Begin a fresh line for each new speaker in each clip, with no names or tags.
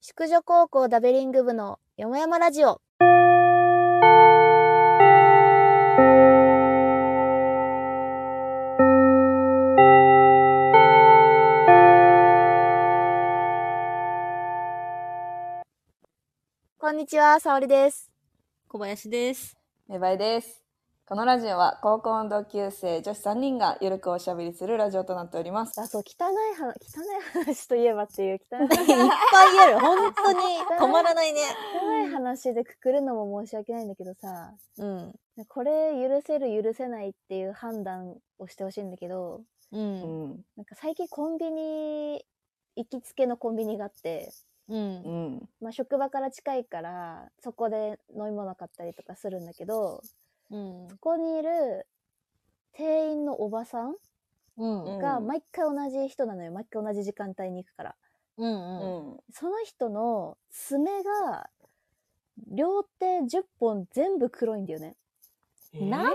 宿女高校ダベリング部のよもやまラジオ。こんにちは、沙織です。
小林です。
芽生えです。このラジオは高校の同級生女子3人がゆるくおしゃべりするラジオとなっております。
あ、そう、汚い話、汚い話といえばっていう 汚い話
いっぱいある。本当に止まらないね。
汚い話でくくるのも申し訳ないんだけどさ、
うん。
これ許せる許せないっていう判断をしてほしいんだけど、
う。
うんん。
なんか最近コンビニ、行きつけのコンビニがあって、
うん
う。ん。
まあ職場から近いから、そこで飲み物買ったりとかするんだけど、
うん。
そこにいる店員のおばさん
うん。
が
うん
毎回同じ人なのよ。毎回同じ時間帯に行くから。
うん。
う
うん。
ん。
その人の爪が、両手10本全部黒いんだよね。
なん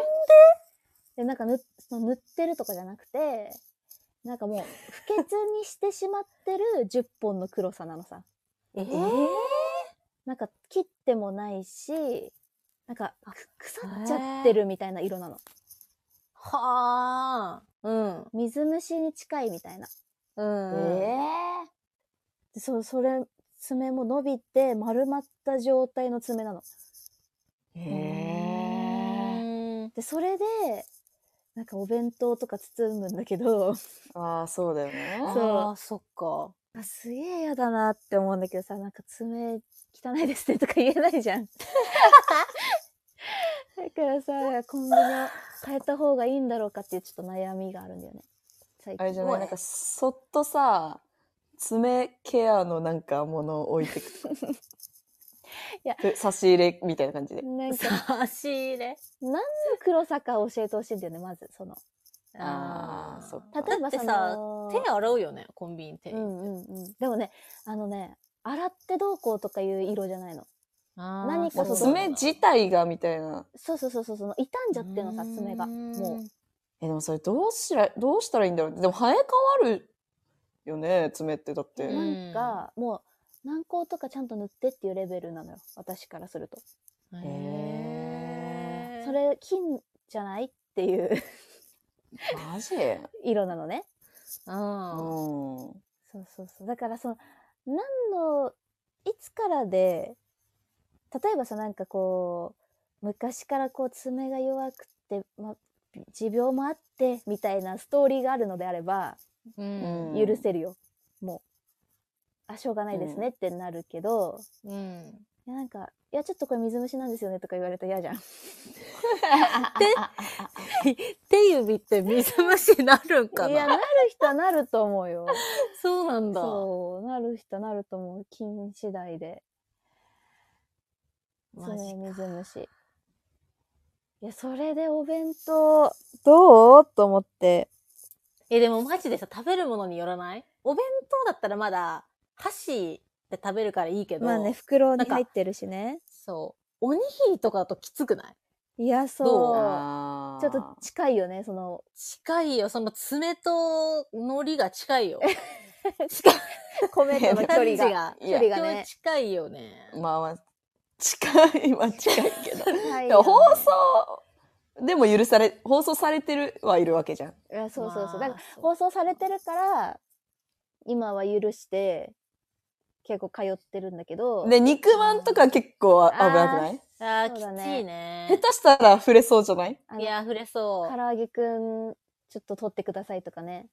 で、なんか塗その塗ってるとかじゃなくて、なんかもう、不潔にしてしまってる10本の黒さなのさ。
え
えー
なんか切ってもないし、なんかく腐っちゃってるみたいな色なの。
はあ。うん。
水虫に近いみたいな。
うん。
え
でそう、それ、爪も伸びて丸まった状態の爪なの。
え
えー。
で、それで、なんかお弁当とか包むんだけど、
ああ、そうだよね。
そう
ああ、そっか。
あすげえ嫌だなって思うんだけどさ、なんか爪汚いですねとか言えないじゃん。だ からさ、コンビニを変えた方がいいんだろうかっていうちょっと悩みがあるんだよね。最
あれじゃ
近。
ないなんか、そっとさ、爪ケアのなんかものを 置いてく。
や
ふ差し入れみたいな感じで。
なんか、
差し入れ。
何の黒さか教えてほしいんだよね、まず、その。
あーそっか
例えば
だって
そ
さ、
の、
手洗うよね、コンビニ店
う
員。
んうんうん。でもね、あのね、洗ってどうこうとかいう色じゃないの。
あー
何か
も
そううそう
爪自体がみたいな。
そうそうそうそう、その傷んじゃってるのさ、爪が。もう。
え、でもそれどうしら、どうしたらいいんだろうって。でも生え変わるよね、爪って。だって。
な
ん
んか、もう、軟膏とかちゃんと塗ってっていうレベルなのよ。私からすると。
う
へ
え
それ、金じゃないっていう
マジ
色なのね。
うん。
うん。
そうそうそう。だから、その、何の、いつからで、例えばさ、なんかこう、昔からこう、爪が弱くて、ま、持病もあって、みたいなストーリーがあるのであれば、
うん。
うん
許せるよ。もう。あ、しょうがないですねってなるけど、
うん。
いや、なんか、いや、ちょっとこれ水虫なんですよねとか言われたら嫌じゃん。
手指って水虫になるんか
いや、
な
なる人はなると思うよ。
そうなんだ。
そう、なる人はなると思う。菌次第で。そ
マジ
れ
か
水虫。いや、それでお弁当、どうと思って。
え、でもマジでさ、食べるものによらないお弁当だったらまだ、箸で食べるからいいけど、
まあね、袋
なん
に
か
入ってるしね。
そう。おにぎりとかだときつくない
いや、
ど
そう。
あー
ちょっと近いよね、その、
近いよ。その爪と海苔が近いよ。
米との距離
感じ
が。
が。
いや
距離
距
が
離
ね。
近いよね。
まあまあ、近い、まあ近い けど。
はい
でも放送、でも許され、放送されてるはいるわけじゃん。
いや、そうそうそう。
まあ
だから、放送されてるから、今は許して、結構通ってるんだけど。
で、肉まんとか結構あ危
あー
なくない
あー、
そう
き
だね
ついね。
下手したら触れそうじゃない
あの
いや、触れそう。
唐揚げくん、ちょっと取ってくださいとかね。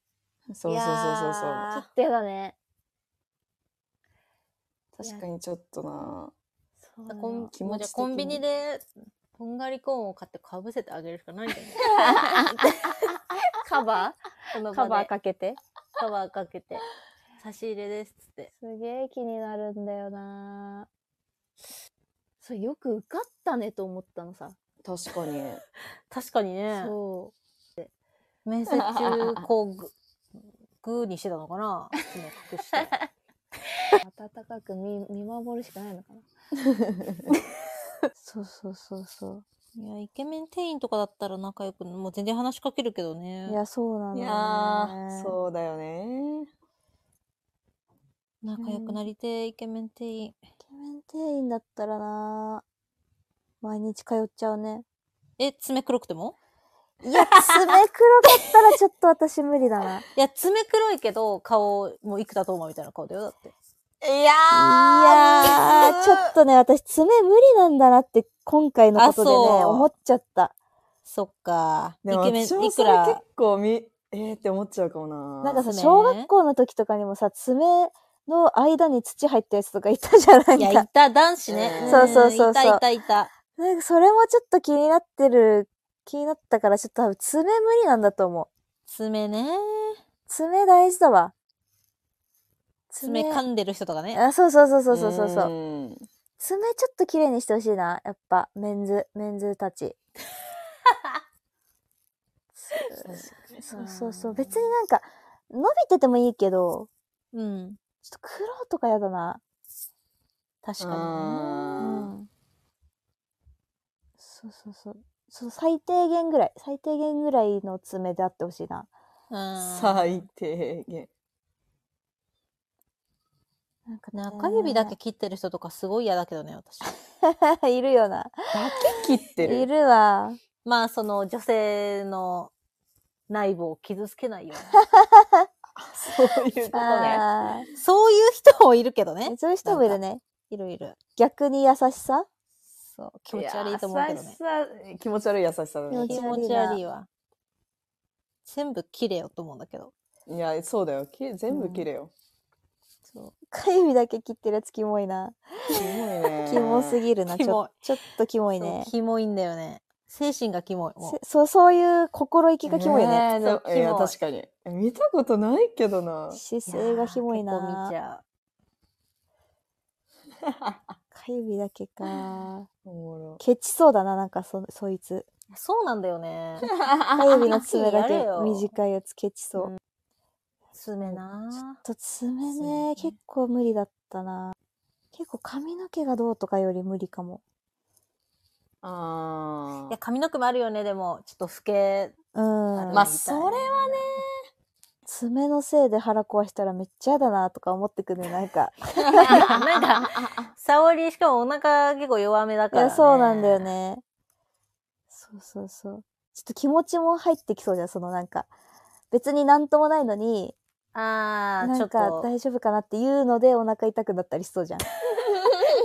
そうそうそうそうそう。
う。
でだね。ー
確かにちょっとな
そう
だ
な
コン
の
気持
もう
ち的に
じゃあコンビニでとんがりコーンを買ってかぶせてあげるしかないんじゃない
カバ
この
ー
場
カ
で
バーかけて。
カバーかけて差し入れですっつって
すげえ気になるんだよなそれよく受かったねと思ったのさ。
確かに。
確かにね
そ
面接中こうググーにしてたのかな爪隠して
う。温かく見見守るしかないのかな。
そうそうそうそういやイケメン店員とかだったら仲良くもう全然話しかけるけどね
いや、そうなの、
い
ね。
やー、そうだよね。
仲良くなりてえ、イケメンっていい。
イケメン店員だったらな毎日通っちゃうね
え、爪黒くても
いや爪黒かったらちょっと私無理だない
や、爪黒いけど、顔、もう生田斗真みたいな顔だよ、だって。
いやー
いやーちょっとね私爪無理なんだなって今回のことでね
あそう
思っちゃった
そっか。イ
でも
ケメ
私
ン、
も
い
そ
く
れ結
ら。
構み、えーって思っちゃうかも
な
な。
んかさ
爪
小学校の時とかにもさ爪の間に土入ったやつとかいたじゃない
い
か
や、いた、男子ね。
うん
ん
そうそうそうそう
いた、いた、いた。
なんかそれもちょっと気になってる、気になったからちょっと多分爪無理なんだと思う。
爪ね。
爪大事だわ。
爪噛んでる人とかね。
あ、そうそうそうそうそうそうそう。
ん
爪ちょっと綺麗にしてほしいな。やっぱ、メンズ、メンズた ち。そうそうそう。別になんか、伸びててもいいけど、
うん。
ちょっと黒とかやだな。
確か
う
にね。
あ
ん。そうそうそう。そう、最低限ぐらい、最低限ぐらいの爪であってほしいな。
うん
最低限。
なんかね
中指だけ切ってる人とかすごい嫌だけどね、私。
いるよな。
切って
い
る。
るわ。
まあ、その女性の内部を傷つけないよ
そういうことね。
あ
うな。 そういう人もいるけど
ー
ね。
そういう人もいるね。
いるいる。
逆に優しさ
そう。気持ち悪いと思うけどね。
いや優しさ気持ち悪い優しさだね。
気
気
持
持
ち悪いな
ち悪いわ。全部切れよと思うんだけど。
いや、そうだよ。き全部切れよ。
そ
中指だけ切ってるやつキモいな。
キモいね。
キモすぎるな。
キ
ち
モ
ょ
い
ちょっとキモ
う。
いね
そう。キモいんだよね。精神がキモい。も
せそう、そういう心意気がキモいね。
ねえでも
そう
いや、
キモい
確かに。見たことないけどな。
姿
う。
勢がキモい
やー結構見ち
な。
ゃ
中指だけか。
お もろ。
ケチそうだな、なんかそ、そいつ。
う。そうなんだよね。
中指の爪だ
や
け
れよ
短いやつケチそう。
爪な
ちょっと爪
爪
ね
ね、
結構無理だったな。結構髪の毛がどうとかより無理かも。
い
ああ
や、。髪の毛もあるよね、でも。ちょっと老け。
うん。
まあ、それはね。
爪のせいで腹壊したらめっちゃやだなとか思ってくるねなんか
なん か、沙織、しかもお腹結構弱 めだ
い
から、
や
ね。
そうなんだよ。ねそうそうそうちょっと気持ちも入ってきそうじゃんそのなんか別になんともないのに
ああ、
な
ちょ
ん
っ
か
と、
大丈夫かなっていうのでお腹痛くなったりしそうじゃんい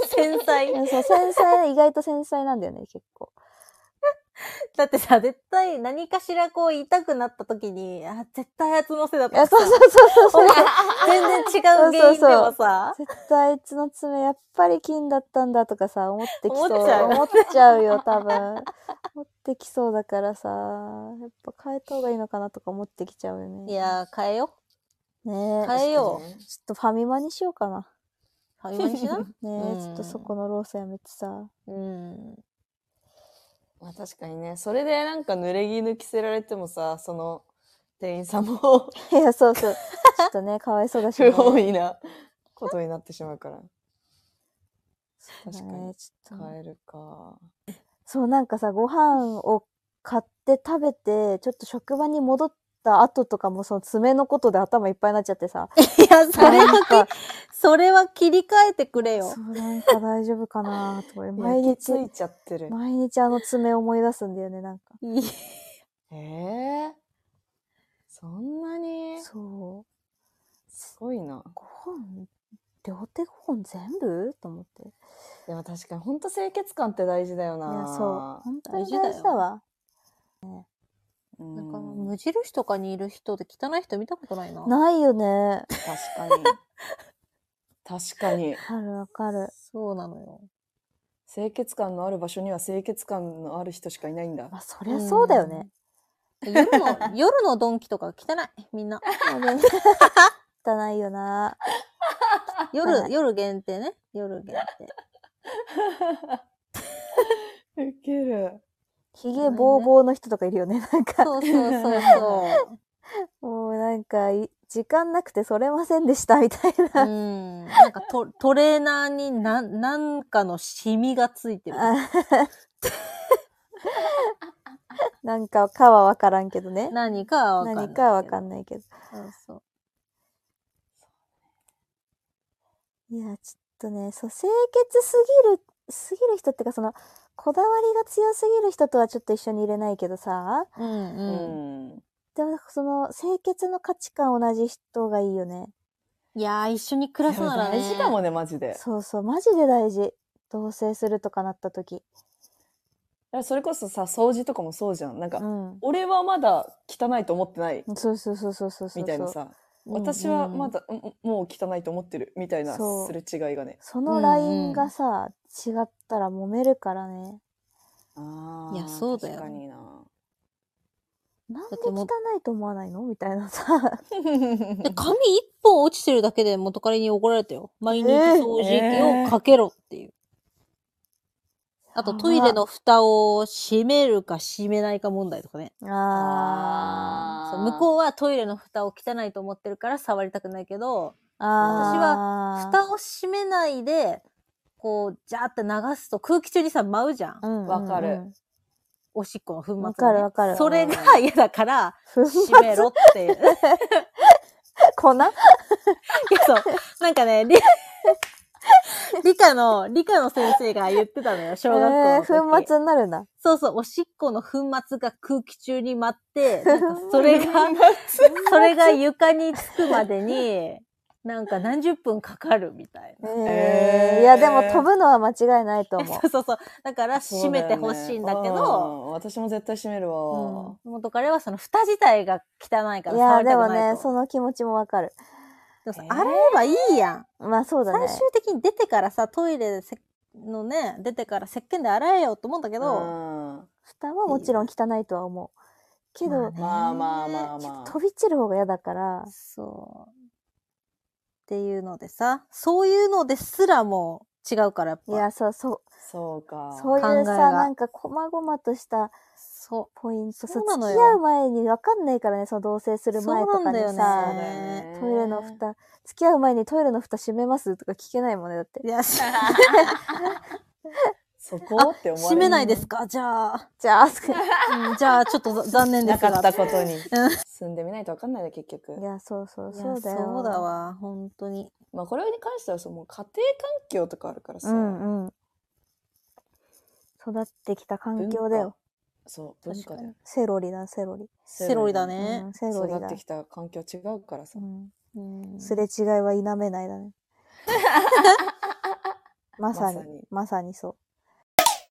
繊細。
やそう繊細意外と繊細なんだよね結構
だってさ、絶対何かしらこう痛くなった時に、あ、絶対あいつのせいだっ
い
た
や
と
そう
か
そ
さ
うそうそう
思う
そう
全然違う原因でもさ、
絶対あいつの爪やっぱり金だったんだとかさ思ってきそう
思っちゃう
思っちゃうよ多分思ってきそうだからさやっぱ変えた方がいいのかなとか思ってきちゃうよね
いやー、変えよ
ね
う。変えよ
確かにね
う。
ちょっとファミマにしようかな
ファミマに しな。
ねえ、
うん
ちょっとそこのローソンやめてさ
うん。
まあ確かにね。それでなんか濡れ衣着せられてもさ、その店員さんも
いやそうそうちょっとねかわいそうだし、 ね、
不本意なことになってしまうから。確かに
ね。ちょっと
変えるか。
そうなんかさご飯を買って食べてちょっと職場に戻った後とかもその爪のことで頭いっぱいになっちゃってさ
いや、それ
なんか
は、それは切り替えてくれよ
そ。うなんか大丈夫かなと思って毎
焼き
日
ついちゃってる。
毎日あの爪思い出すんだよねなんか
いや
ええそんなに
そう
すごいな。
ご飯両手ご飯全部と思ってい
でも確かに本当清潔感って大事だよな。
やそう本当
大
に
事だよ
大事だわ
うん。
なんか、無印とかにいる人で汚い人見たことないな。
ないよね
確かに。確かに。
あるわかる
そうなのよ。
清潔感のある場所には清潔感のある人しかいないんだ
ま。あそりゃそうだよね、
夜の、夜のドンキとか汚い。みんな。
やべ汚いよな。汚
夜、
い
夜限定ね。夜 限定。
ウケる。
ひげぼうぼうの人とかいるよね。なんか、
そうそうそうそう。
もうなんかい、時間なくてそれませんでした みたい な。
うん。なんかトトレーナーにな、なんかのシミがついてる。
あなんか、かはわからんけどね。
何かはわかんない。
何かはわかんないけど。
そうそう。
いや、ちょっとね、そう、清潔すぎる、すぎる人っていうか、その、こだわりが強すぎる人とはちょっと一緒にいれないけどさ、
うん
う
うん。
ん。
でも、その、清潔の価値観同じ人がいいよね。
いやー、一緒に暮らすならね。
大事かもね、マジで。
そうそう、マジで大事。同棲するとかなった時。
だからそれこそさ、掃除とかもそうじゃん。なんか、
うん。
俺はまだ汚いと思ってない、
そうそうそうそうそうそう。
みたいなさ。
うん
私はまだ、うんもう汚いと思ってる、みたいな、
そう
する違いがね。
そのラインがさ、違ったら揉めるからね。
あ
ーいやそうだよ
確かにな。
なんで
だっても
汚
う
いと思わないのみたいなさ。
で髪一本落ちてるだけで元彼に怒られたよ。毎日掃除機をかけろっていう。あとトイレの蓋を閉めるか閉めないか問題とかね。
あ
そう向こうはトイレの蓋を汚いと思ってるから触りたくないけど、
ー。あー。
私
は
蓋を閉めないで、こう、ジャーって流すと空気中にさ、舞うじゃん。
うん
わかる
うん
おしっこの粉末、ね。
わかるわかる
それが嫌だから、
うん
閉めろって いう。
粉
いや、そう。なんかね、理、 理科の、理科の先生が言ってたのよ、小学校の時。
えー粉末になるんだ。
そうそう、おしっこの粉末が空気中に 舞って、なんかそ れが、それが床につくまでに、なんか何十分かかるみたい な。
え
えー
ー、いや、でも飛ぶのは間違いないと 思う
そうそうそう。だから閉めてほしいんだけど、
うん私も絶対閉めるわ。
元彼はその蓋自体が汚いか。ら
いや、
触り
で
た
も
くな
ね
い、と。
その気持ちもわかる。
でもさ
えー
洗えばいいやん。
まあそうだね。
最終的に出てからさ、トイレでせのね、出てから石鹸で洗えよと思うんだけ
け
ど、
蓋はもちろん汚いとは思う。けど、
ね
まあまあまあまあ
飛。び散る方が嫌だから、
そう。っていうのでさ、そういうのですらも違うから、やっ
い
ぱ。
や、そうそう、
そうか。
そうい
考え
うさ、
が
なんか、こまごまとした
そ
ポイント、
そ
そうう
なの
付
よ
き合う前にわかんないからね、その同棲す
う。
る
そ
前
う
と
な
か
んだ
に
よ
さ、
ね。
トイレの蓋、付き合う前にトイレの蓋閉めますとか聞けないもんね、だって
い。 や、し
そこって思われ
閉めないですかじゃあ、
じゃあ、そこ
うんじゃあ、ちょっとざ 残念で
な
すが。
かったことに。住んでみないとわかんないね、結局
い。や、そうそう、
いや
そうだよ。
そうだ。わ、本当に。
まあこれに関してはそうもう家庭環境とかあるからさ、
うんうん。育ってきた環境だよ。
そう文化だよ
セロリだ、セロリ。
セロリだね
うん、セロリ
育
だ
って。きた環境違うからさ、
うん
うん
すれ 違いは否めないだね。まさに
まさに、
まさにそ